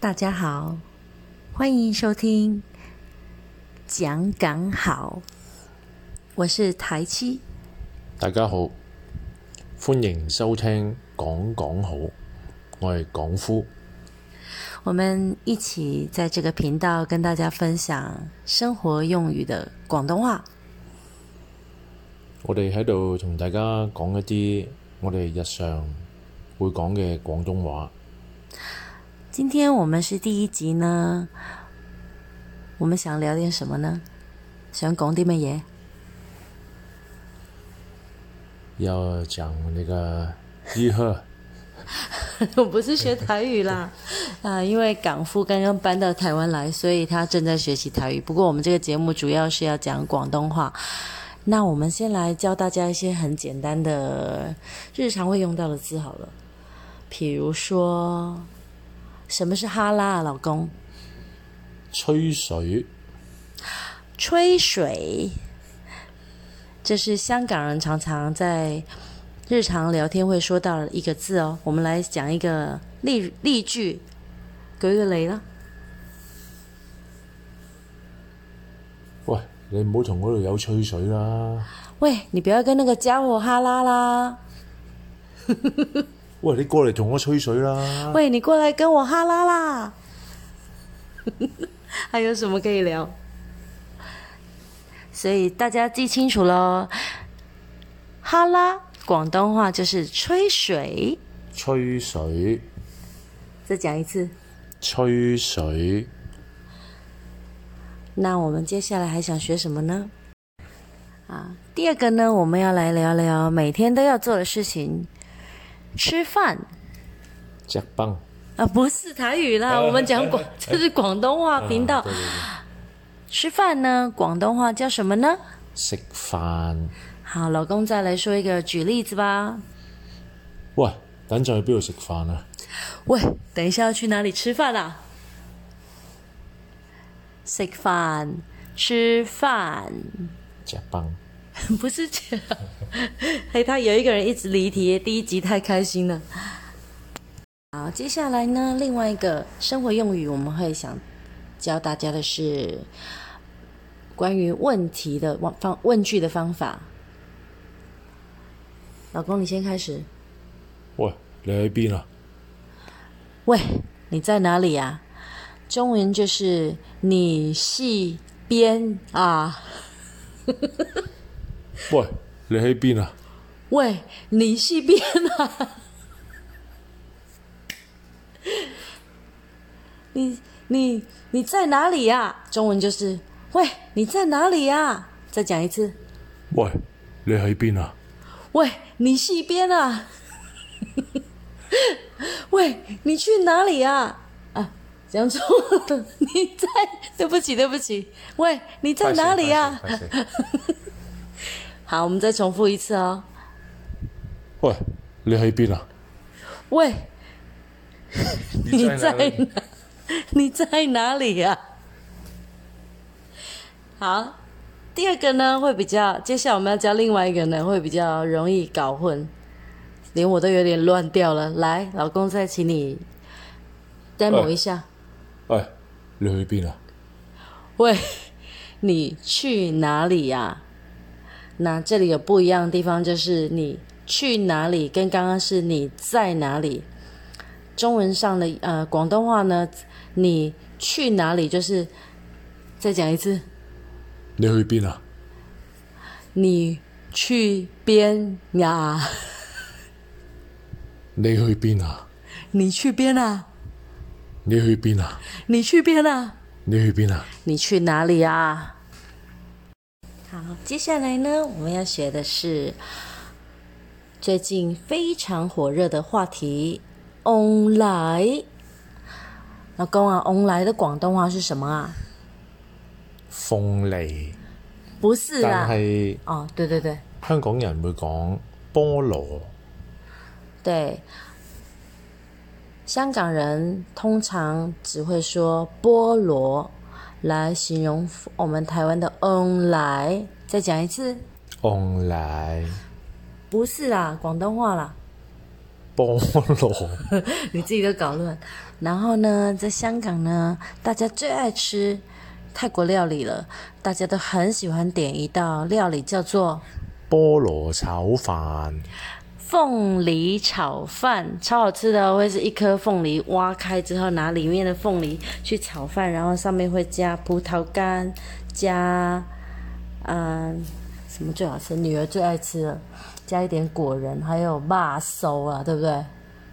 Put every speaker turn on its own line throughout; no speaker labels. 大家好，欢迎收听讲港好，我是台七。
大家好，歡迎收聽講講好，我係港夫。
我们一起在这个频道跟大家分享生活用语的广东话。
我哋喺度同大家講一啲我哋日常會講嘅廣東話。
今天我们是第一集呢，我们想聊点什么呢？想讲啲乜嘢？
要講那個依呵，
我不是学台语 啦，啊，因为港夫刚刚搬到台湾来，所以他正在学习台语。不过我们这个节目主要是要讲广东话。那我们先来教大家一些很简单的日常会用到的字好了，比如说什么是哈拉、啊，老公？
吹水
吹水，这是香港人常常在日常聊天会说到的一个字哦。我们来讲一个例例句，举个例啦。
喂，你唔好同嗰度有吹水啦！
喂，你不要跟那个家伙哈拉啦！
喂，你過嚟同我吹水啦！
喂，你过来跟我哈拉啦！还有什么可以聊？所以大家记清楚喽，哈拉广东话就是吹水。
吹水，
再讲一次。
吹水，
那我们接下来还想学什么呢？啊，第二个呢，我们要来聊聊每天都要做的事情，吃饭
隻崩。
啊，不是台语啦，我们讲广，这是广东话频道
對。對對
吃饭呢，广东话叫什么呢？
食飯。
好，老公再来说一个，举例子吧。
喂，等陣去邊度食飯啊？
喂，等一下要去哪里吃饭啊？食饭，吃饭，
隻崩。
不是这样。嘿，他有一个人一直离题，第一集太开心了。好，接下来呢，另外一个生活用语，我们会想教大家的是关于问题的问方问句的方法。老公，你先开始。
喂，你喺邊啊？
喂，你在哪里呀、中文就是你系边啊？
喂，你喺邊啊？
喂，你系边啊？你你你在哪里呀、中文就是喂，你在哪里呀、再讲一次，
喂，你喺邊啊？
喂，你系边啊？ 喂，你去哪里呀、啊？啊，讲错了，你在？对不起，对不起。喂，你在哪里呀、 好，我们再重复一次哦。
喂，你喺邊啊？
喂，
你
在哪 里？你在哪里呀、好，第二个呢会比较，接下来我们要教另外一个呢会比较容易搞混，连我都有点乱掉了。来，老公再请你 demo
哎
一下。
喂，你去邊啊？
喂，你去哪里呀、那这里有不一样的地方，就是你去哪里跟刚刚是你在哪里。中文上的呃广东话呢，你去哪里就是再讲一次，
你去邊啊？
你去边呀？
你去邊啊？
你去边啊？
你去邊啊？
你去边啊？
你去邊啊？
你去哪里啊？好，接下来呢，我们要学的是最近非常火热的话题“翁来”。老公啊，“翁来”的广东话是什么啊？
鳳梨，
不是
但
啦，
係
哦，对对对
香港人會講菠蘿。
对，香港人通常只会说“菠萝”来形容我们台湾的“翁来”。再讲一次，
鳳梨，
不是啦，广东话啦。
菠蘿，
你自己都搞乱。然后呢，在香港呢，大家最爱吃泰国料理了，大家都很喜欢点一道料理叫做
菠蘿炒飯，
凤梨炒饭，超好吃的哦、会是一颗凤梨挖开之后，拿里面的凤梨去炒饭，然后上面会加葡萄干，加嗯、什么最好吃？女儿最爱吃的，加一点果仁，还有辣手啊，对不对？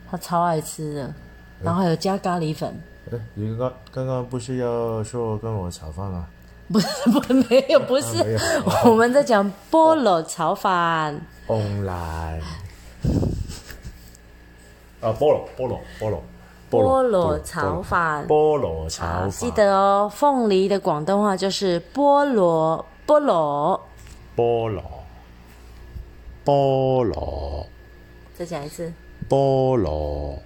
她超爱吃的，然后还有加咖喱粉。
哎，你刚刚刚不是要说跟我炒饭吗？
不是不啊没有不是，我们在讲菠萝炒饭。
online 啊，菠蘿菠蘿菠蘿
菠蘿炒飯
菠蘿炒
啊，
飯，
记得哦，凤梨的广东话就是菠萝，菠萝。
菠蘿菠蘿
再讲一次。
菠蘿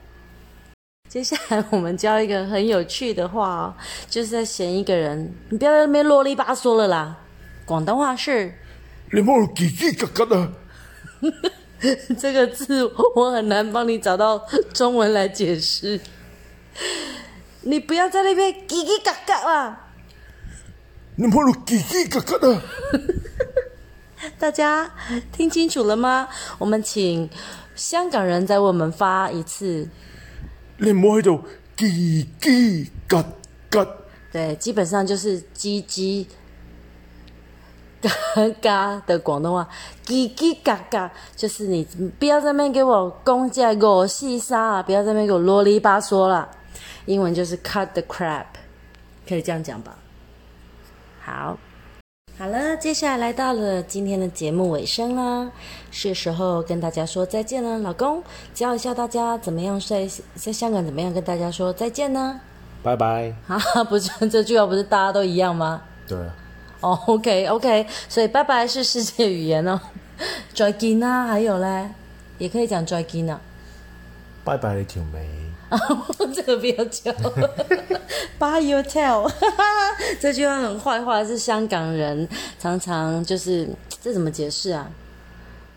接下来我们教一个很有趣的话哦，就是在嫌一个人，你不要在那边啰里吧嗦了啦。广东话是
你冇叽叽嘎嘎啊！
这个字，我很难帮你找到中文来解释。你不要在那边叽叽嘎嘎啊啦。
你冇叽叽嘎嘎啊！
大家听清楚了吗？我们请香港人再为我们发一次。
你唔好喺度叽叽嘎嘎，
对，基本上就是叽叽嘎嘎的广东话，叽叽嘎嘎，就是你不要在那边给我公价给我细沙啊，不要在那边给我啰里吧嗦啦。英文就是 cut the crap，可以这样讲吧？好。好了，接下来来到了今天的节目尾声啦，是时候跟大家说再见了。老公，教一下大家怎么样在在香港怎么样跟大家说再见呢？
拜拜。
啊， 不是这句话不是大家都一样吗？
对，
哦，OK，OK、o k OK，所以拜拜是世界语言哦。 再见啦，还有嘞，也可以讲再见啦。
拜拜你條尾，
这个不要教。Buy your tail，这句话很坏话，是香港人常常就是这怎么解释啊？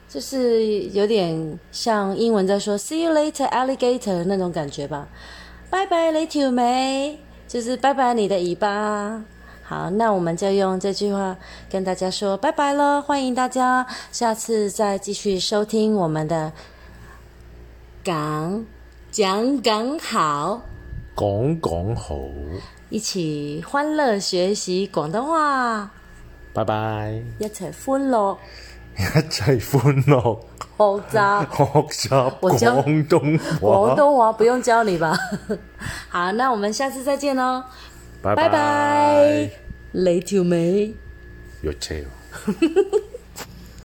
就是有点像英文在说 “see you later alligator” 那种感觉吧。拜拜，雷条眉，就是拜拜你的尾巴。好，那我们就用这句话跟大家说拜拜喽！欢迎大家下次再继续收听我们的港讲港好，
講講好，
一起欢乐学习广东话，
拜拜，
一齐欢乐
一齊歡樂
学习。
學習
我將
廣東
广
話，
东话不用教你吧？ 好，那我们下次再见喽，
拜
拜拜！你条眉。
Your tail。